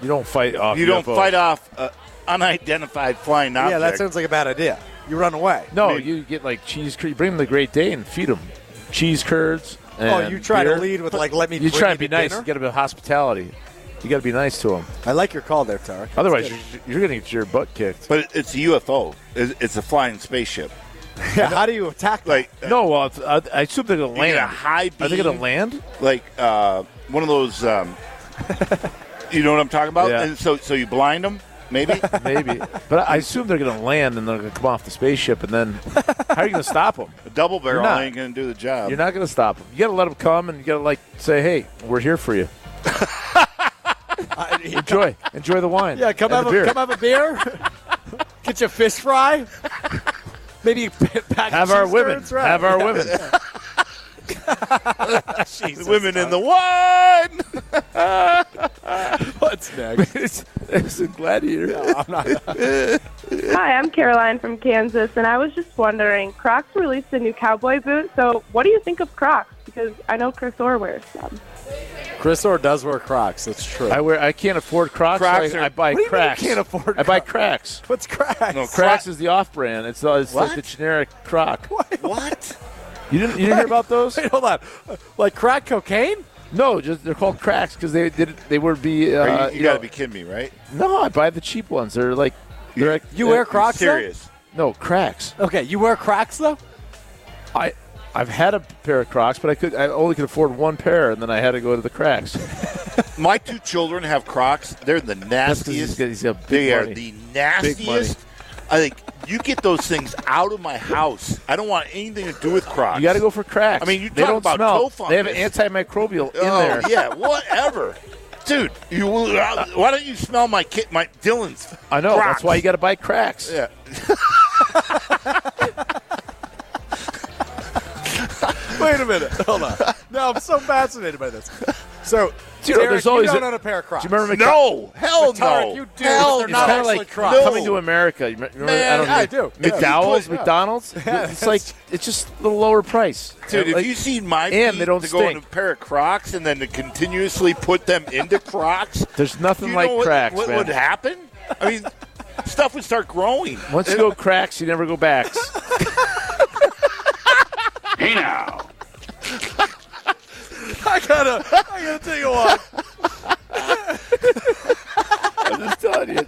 You don't fight off.
you don't
UFOs.
fight off uh, unidentified flying object.
Yeah, that sounds like a bad idea. You run away.
No,
I mean-
you get like cheese. cur- You bring them the Great Dane, feed them cheese curds.
oh,
and
you try
beer.
to lead with like, let me.
You
bring
try to be
to
nice.
dinner?
You got to be hospitality. You got to be nice to them.
I like your call there, Tarek. That's
Otherwise,
good.
you're, you're going to get your butt kicked.
But it's a UFO. It's it's a flying spaceship.
yeah, how do you attack? That?
Like
No, well, it's- I, I assume they're going to
You
land.
get a high
Are they going
beam.
to land?
like uh, one of those. Um, you know what I'm talking about?
Yeah.
And so, so you blind them, maybe.
Maybe, but I assume they're going to land and they're going to come off the spaceship. And then, how are you going to stop them?
A double barrel
You're not.
ain't gonna do the job.
You're not going to stop them. You got to let them come, and you got to like say, "Hey, we're here for you." Enjoy. Enjoy the wine.
Yeah, come have
and the
a,
beer.
come have a beer. Get your fish fry. Maybe you p- pack
Have
cheese
our women.
curds, right.
Have our
Yeah.
women.
Jesus,
Women
Tom.
in the wine.
What's next?
it's, it's a gladiator.
Hi, I'm Caroline from Kansas, and I was just wondering, Crocs released a new cowboy boot, so what do you think of Crocs? Because I know Chris Orr wears them.
Chris Orr does wear Crocs. That's true.
I wear. I can't afford Crocs.
Crocs
so I,
are-
I buy
What do you mean you
cracks.
can't afford
I buy
Crocs?
cracks.
What's cracks?
No, cracks is the off-brand. It's, uh, it's like
What?
the generic croc.
What?
You didn't. You didn't hear about those?
Wait, hold on. Uh, Like crack cocaine?
No, just they're called cracks because they did. They were be. Uh,
Are you you got
know-
to be kidding me, right?
No, I buy the cheap ones. They're like. They're like
You wear
they're-
Crocs? though?
Serious.
No cracks.
Okay, you wear Crocs though?
I. I've had a pair of Crocs, but I could I only could afford one pair, and then I had to go to the Cracks.
My two children have Crocs. They're the
'cause he's
nastiest.
got- he's got big
they are
money.
the
Big money.
nastiest. I think you get those things out of my house. I don't want anything to do with Crocs.
You got to go for Cracks.
I mean, you
they
talk
don't
about
smell.
toe
They have an
fungus.
antimicrobial in
oh,
there.
yeah, whatever, dude. You why don't you smell my kid, my Dylan's?
I know.
Crocs.
That's why you got to buy Cracks.
Yeah.
Wait a minute. Hold on. No, I'm so fascinated by this. So,
Dude,
Derek,
there's always
you
a-
don't own a pair of Crocs.
Do you remember Mc-
No, hell
But Tarek,
no.
you do,
Hell
they're
no.
not
Kind of
actually
like
Crocs.
No.
coming to America. You remember,
Man,
I,
I
do.
don't know, McDowell's,
Yeah.
McDowell's. it's like it's just a little lower price,
Dude,
Like,
if you seen my
and
feet
they don't
to go in
stink.
a pair of Crocs and then to continuously put them into Crocs,
There's nothing
you
like
know what,
cracks,
What
man.
would happen? I mean, stuff would start growing.
Once you go cracks, you never go backs.
Hey now.
I gotta, I gotta take a walk.
I'm just telling you.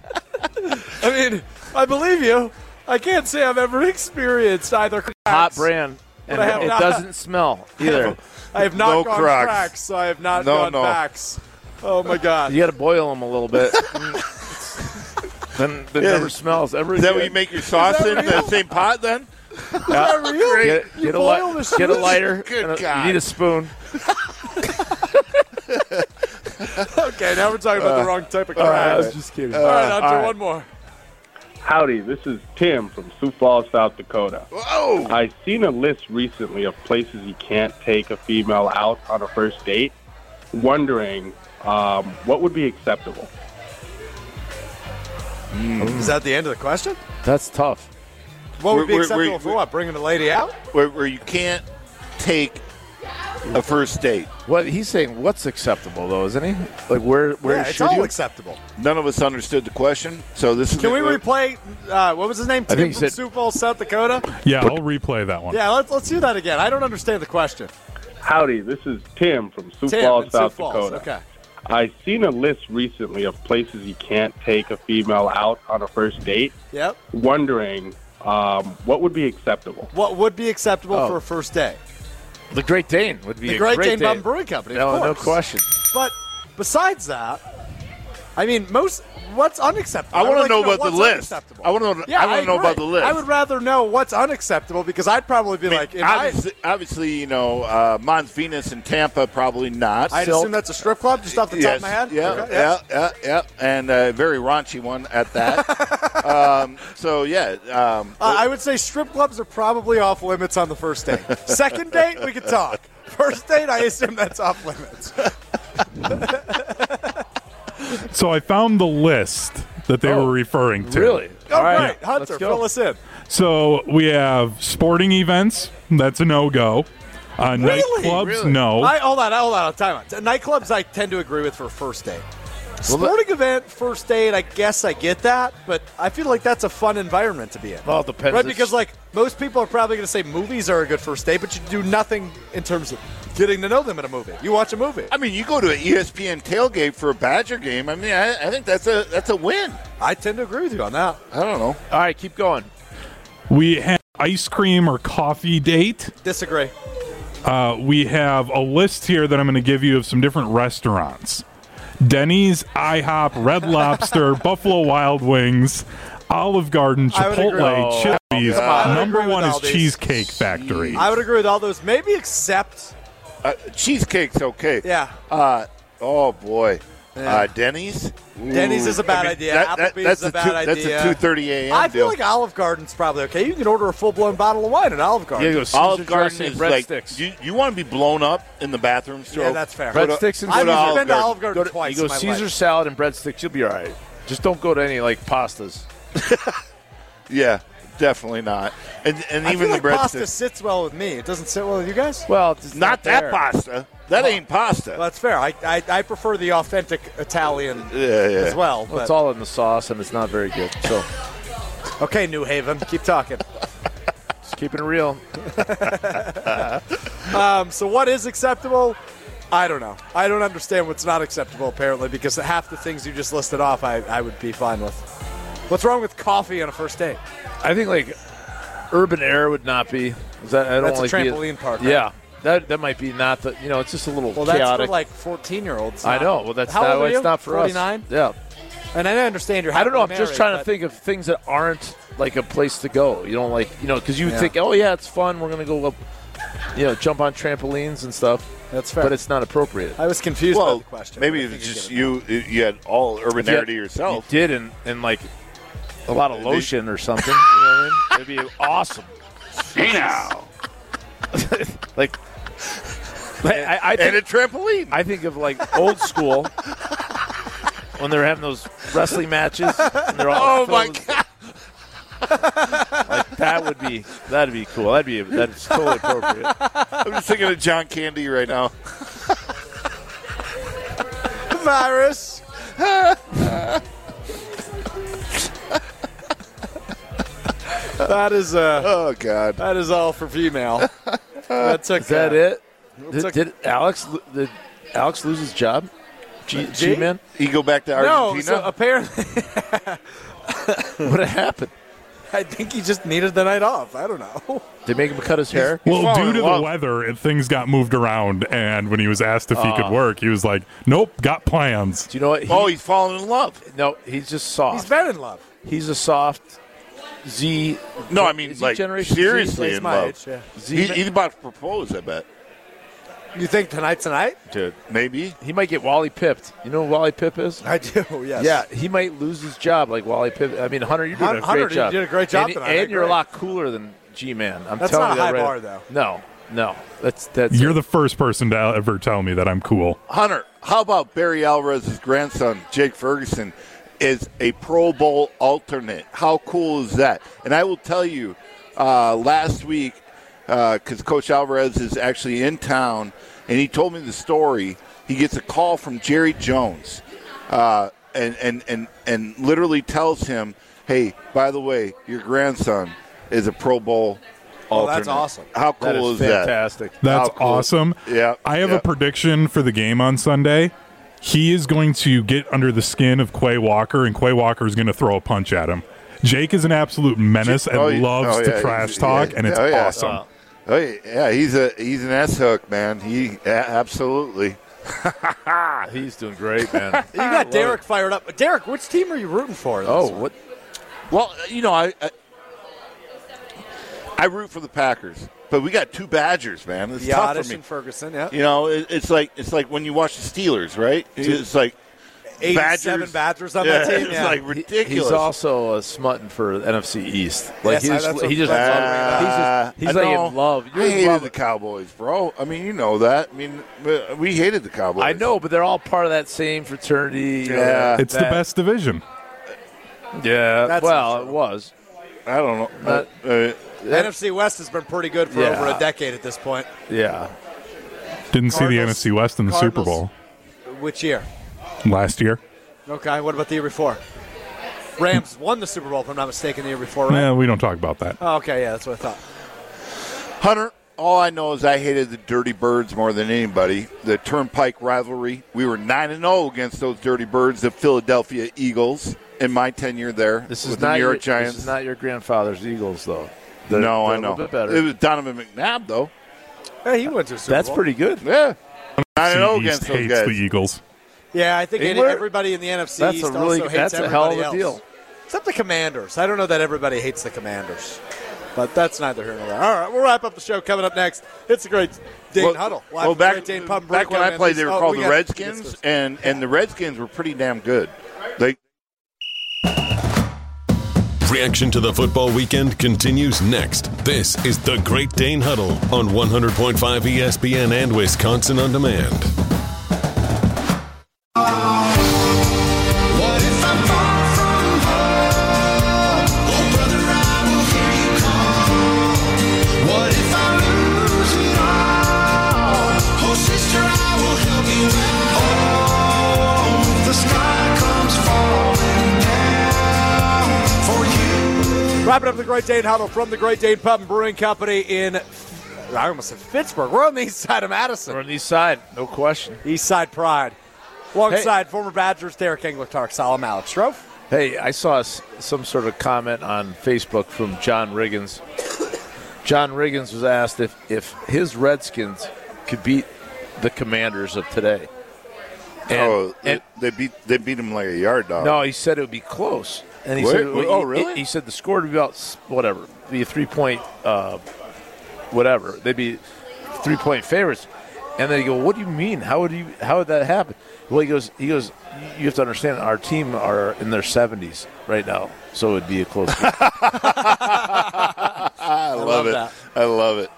I mean, I believe you. I can't say I've ever experienced either. Crocs.
Hot brand, and
I have
it
not.
doesn't smell either.
I have not
No
gone
Crocs.
so I have not
No,
gone
no.
backs. Oh my god.
You got to boil them a little bit. then then it
Yeah.
never smells ever.
Is that what
again.
you make your sauce in the same pot then?
Is that real?
Get,
You
get a
boil
li-
the
get a
shit?
lighter.
Good
and a-
God.
You need a spoon.
Okay, now we're talking about the wrong type of
Uh, I
cracks.
was just kidding.
all right, I'll do
all right.
one more.
Howdy, this is Tim from Sioux Falls, South Dakota.
Whoa!
I seen a list recently of places you can't take a female out on a first date. Wondering um, what would be acceptable.
Is that the end of the question?
That's tough.
What
We're-
would be
we're-
acceptable
we're-
for what? Bringing a lady out?
Where, where you can't take a first date.
What he's saying? What's acceptable though, isn't he? Like where? Where
yeah, it's
should
all
you?
acceptable.
None of us understood the question, so this is.
Can we
the-
replay? Uh, what was his name? Tim
think he
from
said-
Sioux Falls, South Dakota.
Yeah, I'll replay that one.
Yeah, let's let's do that again. I don't understand the question.
Howdy, this is Tim from Sioux
Tim
Falls,
in Sioux
South
Falls.
Dakota.
Okay.
I seen a list recently of places you can't take a female out on a first date.
Yep.
Wondering um, what would be acceptable.
What would be acceptable
Oh.
for a first day?
The Great Dane would be
The
a
Great,
great
Dane Mountain
Dane.
Brewing Company. of
No, no
course.
question.
But besides that, I mean, most what's unacceptable.
I want to
would
know
like
about the
what's
list.
unacceptable.
I want to know.
Yeah,
I want to know about the
agree.
list.
I would rather know what's unacceptable because I'd probably be like, if I,
obviously, obviously, you know, uh, Mons Venus and Tampa probably not.
I'd assume that's a strip club just off the top of my head.
Yeah,
Okay,
yeah, yeah, yeah, and a very raunchy one at that. um, so yeah, um,
Uh, I would say strip clubs are probably off limits on the first date. Second date, we could talk. First date, I assume that's off limits.
So I found the list that they
Oh,
were referring to.
Really?
All right,
right,
Hunter,
let's go.
fill us in.
So we have sporting events. That's a no go. Uh, Nightclubs,
Really?
no.
I, hold on, hold on, time out. Nightclubs, I tend to agree with for a first date. Sporting event, first date, I guess I get that, but I feel like that's a fun environment to be in.
Well, it depends.
Right,
It's-
because like most people are probably going to say movies are a good first date, but you do nothing in terms of getting to know them in a movie. You watch a movie.
I mean, you go to E an ESPN tailgate for a Badger game. I mean, I, I think that's a that's a win.
I tend to agree with you on that.
I don't know.
All right, keep going.
we have ice cream or coffee date.
Disagree.
Uh, we have a list here that I'm going to give you of some different restaurants Denny's, IHOP, Red Lobster, Buffalo Wild Wings, Olive Garden,
I would agree. Oh,
Chipotle, Chili's.
Come on, I would
Number
agree with
one is
all these.
Cheesecake Factory.
I would agree with all those. Maybe except
Uh, cheesecake's okay.
yeah.
Uh, oh boy, Uh, Denny's.
Denny's is a bad
I mean,
idea.
that- that-
Applebee's
that's
is a
a
bad
two- that's a
idea.
2:30 a.m.
I feel
deal.
like Olive Garden's probably okay. You can order a full blown bottle of wine at Olive Garden.
Yeah, Olive Garden is like you, you want to be blown up in the bathroom. So
Yeah, that's fair.
go to-
breadsticks and
go to
Olive
Garden.
Go to- You go Caesar salad and breadsticks. You'll be all right. Just don't go to any like pastas.
yeah, definitely not. And and
I
even
feel like
the breadsticks.
pasta sits well with me. It doesn't sit well with you guys.
Well,
not not that there. pasta. That ain't pasta.
that's fair. I, I I prefer the authentic Italian as well.
Well, it's
but-
all in the sauce and it's not very good. So
Okay, New Haven, keep talking.
just keeping it real.
um, so what is acceptable? I don't know. I don't understand what's not acceptable apparently because half the things you just listed off, I, I would be fine with. What's wrong with coffee on a first date?
I think like urban air would not be. Is that, I don't
That's a
like being-
trampoline park, right?
Yeah, that that might be not the. You know, it's just a little
Well, that's
chaotic.
for like fourteen-year-olds.
I know. Well, that's
How
not.
old are
it's
you?
not for
49?
us. Yeah.
And I understand you're.
I don't know. I'm
happily
just trying
married,
to think of things that aren't like a place to go. You don't like, you know, because you
Yeah.
think, oh yeah, it's fun. We're gonna go up, you know, jump on trampolines and stuff.
That's
fair.
But it's not appropriate.
I was confused
well, maybe it's just you. You had all urban
If you
air
had-
to yourself.
You did, and, and like a lot of
They-
lotion or something. you know what I mean? It'd be awesome.
Hey now.
like, like, I, I
And
think,
a trampoline.
I think of like old school when they're having those wrestling matches. And they're all
Oh my
filled with- Like that would be that'd be cool. That'd be that's totally appropriate.
I'm just thinking of John Candy right now.
but- virus. that is. Uh,
oh God.
That is all for female. that took.
Is that
uh,
it?
It's
Did,
like-
did Alex lo- did Alex lose his job? G,
Uh, G?
man,
you go back to
No, so uh, apparently,
what happened?
I think he just needed the night off. I don't know.
They make him cut his hair.
Well, due to the weather, it, things got moved around, and when he was asked if he
Ah.
Uh.
could work, he was like, "Nope, got plans."
Do you know what? He,
Oh, he's falling in love.
no, he's just soft.
He's been in love.
He's a soft Z.
No, I mean
Is he
like
Generation Z?
seriously
He's
in
my
love.
age, yeah.
He, he's about to propose. I bet.
You think tonight's the night?
Dude,
Maybe.
he might get Wally pipped. You know who Wally Pip is?
I do. Yes.
Yeah, he might lose his job like Wally Pip. I mean, Hunter, you're doing
Hun-
a
Hunter,
great
you
job.
did a great job
and,
tonight.
and
That's
you're a
great.
lot cooler than G-Man. I'm
That's
telling
not
you
a
that
high
right
bar,
now.
though.
No, no, that's that's
You're the first person to ever tell me that I'm cool.
Hunter, how about Barry Alvarez's grandson, Jake Ferguson, is a Pro Bowl alternate? How cool is that? And I will tell you, uh, last week, because Coach Alvarez is actually in town, and he told me the story. He gets a call from Jerry Jones, uh, and and and and literally tells him, "Hey, by the way, your grandson is a Pro Bowl."
Oh,
alternate.
that's awesome.
How cool
That is fantastic.
that?
That's
How Oh, cool.
awesome.
Yeah,
I have
yeah.
a prediction for the game on Sunday. He is going to get under the skin of Quay Walker, and Quay Walker is going to throw a punch at him. Jake is an absolute menace and
Oh, yeah.
loves
Oh,
to
yeah.
trash
He's-
talk,
yeah.
and it's
Oh, yeah.
awesome.
Oh yeah, yeah, he's a he's an S hook man. He a- absolutely.
He's doing great, man.
You got Derek fired up. Derek, which team are you rooting for? this
oh,
week?
what?
Well, you know, I, I I root for the Packers, but we got two Badgers, man. It's tough
Biotis
for me.
and Ferguson. Yeah.
You know, it, it's like it's like when you watch the Steelers, right? It's like
87 Badgers on that
yeah,
team.
It's
Yeah.
like
He's
ridiculous.
also uh, smutting for NFC East.
Yes,
Like he
I-
just,
that's what-
he just,
that's
loves- he's,
Uh,
just- he's like
know.
in love. You're
I
in
hated
love.
the Cowboys, bro. I mean, you know that. I mean, we- we hated the Cowboys.
I know, but they're all part of that same fraternity. you know,
Yeah.
that-
It's the
that-
best division.
Yeah.
That's
well,
not
it
true.
was.
I don't know. Uh, uh,
NFC West has been pretty good for
Yeah.
over a decade at this point.
Yeah.
Didn't see the
Cardinals-
NFC West in the Super
Cardinals.
Bowl
Which year?
last year.
Okay. What about the year before? Rams won the Super Bowl, if I'm not mistaken, the year before, right?
Yeah, we don't talk about that.
Oh, okay. Yeah, that's what I thought.
Hunter, all I know is I hated the Dirty Birds more than anybody. The Turnpike rivalry. We were 9 and 0 against those Dirty Birds, the Philadelphia Eagles, in my tenure there.
This is
with
not
the New
your,
York Giants.
This is not your grandfather's Eagles, though. They're-
no,
they're
I know.
A little bit better.
It was Donovan McNabb, though.
Hey, he went to a Super
That's
Bowl.
pretty good.
Yeah. 9 and 0
NFC East
against those
hates
guys.
the Eagles.
Yeah, I think it,
England-
everybody in the NFC
That's
East
a really
also hates
that's a hell of
everybody
a
else.
deal.
Except the Commanders. I don't know that everybody hates the Commanders. But that's neither here nor there. All right, we'll wrap up the show. Coming up next, it's a great Dane
well,
Huddle. Live
Well,
from the
back,
Great Dane Pub Brewing
back when
Company
I
in
played, they
Leeds.
were
Oh,
called
we
the
got-
Redskins, and, and the Redskins were pretty damn good. They
Reaction to the football weekend continues next. This is the Great Dane Huddle on 100.5 ESPN and Wisconsin On Demand.
Oh, What if I lose it all? Oh, sister, I will help you at home. The sky comes falling down for you.
Wrapping up the Great Dane Huddle from the Great Dane Pub and Brewing Company in, I almost said Pittsburgh. We're on the east side of Madison. We're on the east side, no question. East side pride. Alongside former Badgers Derek Engler, Tark Salam, Alex Strofe.
Hey, I saw s- some sort of comment on Facebook from John Riggins. John Riggins was asked if, if his Redskins could beat the Commanders of today.
oh, they beat they beat them like a yard dog.
No, he said it would be close. And he
Wait,
said,
wait,
he-
oh, really?
He, he said the score would be about s- whatever, be a three point, uh, whatever. They'd be three point favorites. And then he go, what do you mean? How would you? How would that happen? Well, he goes, he goes. You have to understand, our team are in their seventies right now, so it would be a close. game."
I,
love
love, it.
that.
I love it.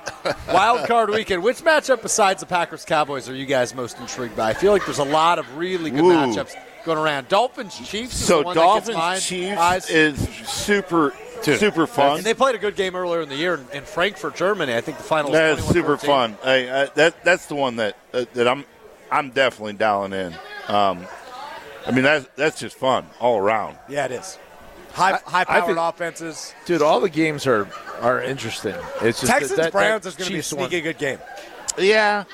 Wild card weekend. Which matchup besides the Packers Cowboys are you guys most intrigued by? I feel like there's a lot of really good
Ooh.
matchups going around. Dolphins Chiefs. Is
So
the one that
Dolphins
gets mine,
Chiefs
eyes.
is super super fun.
And they played a good game earlier in the year in, in Frankfurt, Germany. I think the final. was
That is
21-13.
super fun. I, I, that that's the one that uh, that I'm I'm definitely dialing in. Um, I mean that's that's just fun all around.
Yeah, it is. High,
I
high-powered
think-
offenses.
Dude, all the games are are interesting. It's just
Texans
that, that,
Browns
that
is going to be a
Chiefs one.
sneaky good game.
Yeah,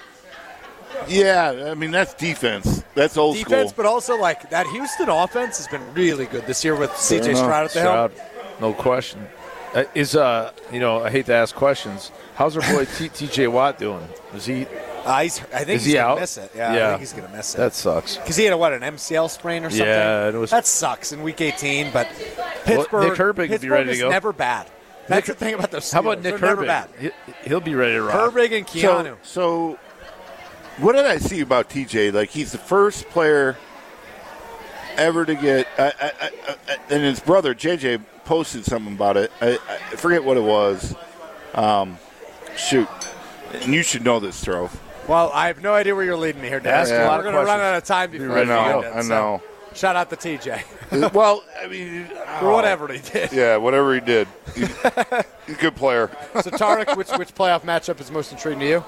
yeah. I mean that's defense. That's old
Defense,
school.
but also like that Houston offense has been really good this year with
Fair
CJ
enough.
Stroud at the helm.
Stroud, no question. Uh, is uh, you know, I hate to ask questions. How's our boy T- T.J. Watt doing? Is he?
Uh, he's, I think
is
he's
he
gonna
out?
miss it. Yeah, I think he's gonna miss it.
That sucks.
Because he had a, what an MCL sprain or something.
Yeah, it was-
that sucks in Week 18. But Pittsburgh,
Nick Herbig would be
Pittsburgh
ready to
is
go.
never bad. That's the thing about those.
How about
Steelers.
Nick
They're never
Herbig?
bad.
He, will be ready to rock.
Herbig and Keanu.
So, so what did I see about TJ? Like he's the first player ever to get, I, I, I, I, and his brother JJ posted something about it. I, I forget what it was. Um, shoot, and you should know this, throw.
Well, I have no idea where you're leading me here, Dan.
Ask a
We're
lot of
going to run
questions.
out of time before
I know,
we end it,
I
so
know.
Shout out to TJ.
well, I mean, oh,
or whatever he did.
Yeah, whatever he did, He- he's a good player.
So Tarek, which which playoff matchup is most intriguing to you?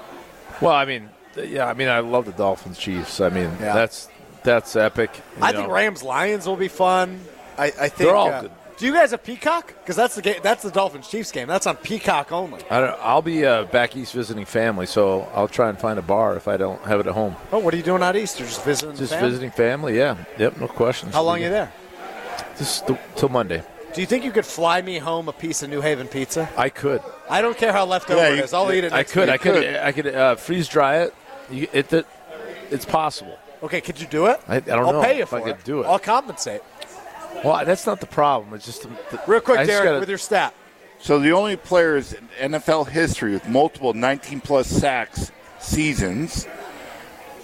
Well, I mean, th- yeah, I mean, I love the Dolphins Chiefs. I mean, that's that's epic. you
I
know.
think Rams Lions will be fun. I, I think
They're all
uh,
good.
Do you guys have Peacock? Because that's the game. That's the Dolphins Chiefs game. That's on Peacock only.
I don't, I'll be uh, back east visiting family, so I'll try and find a bar if I don't have it at home.
Oh, what are you doing out east? You're just visiting. the
Just
family?
visiting family, yeah. Yep, no questions.
How long are you there?
Just th- till Monday.
Do you think you could fly me home a piece of New Haven pizza?
I could.
I don't care how leftover it is. I'll eat it.
I
next
could,
week.
I could. I could uh, freeze dry it. You, it, it. It's possible.
Okay, could you do it?
I- I don't
will
know
pay you
if
for
I could
it.
do it.
I'll compensate.
Well, that's not the problem. It's just the, the-
Real quick,
I just
Derek,
gotta-
with your stat.
So the only players in NFL history with multiple 19 plus sacks seasons,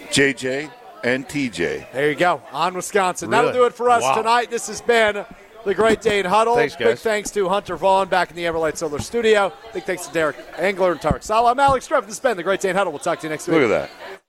JJ and TJ.
There you go. On Wisconsin. That'll
Really?
do it for us
Wow.
tonight. This has been the Great Dane Huddle.
Thanks, guys.
Big thanks to Hunter Vaughn back in the Everlight Solar Studio. Big thanks to Derek Angler and Tarek Sala. I'm Alex Trev. This has been the Great Dane Huddle. We'll talk to you next week.
Look at that.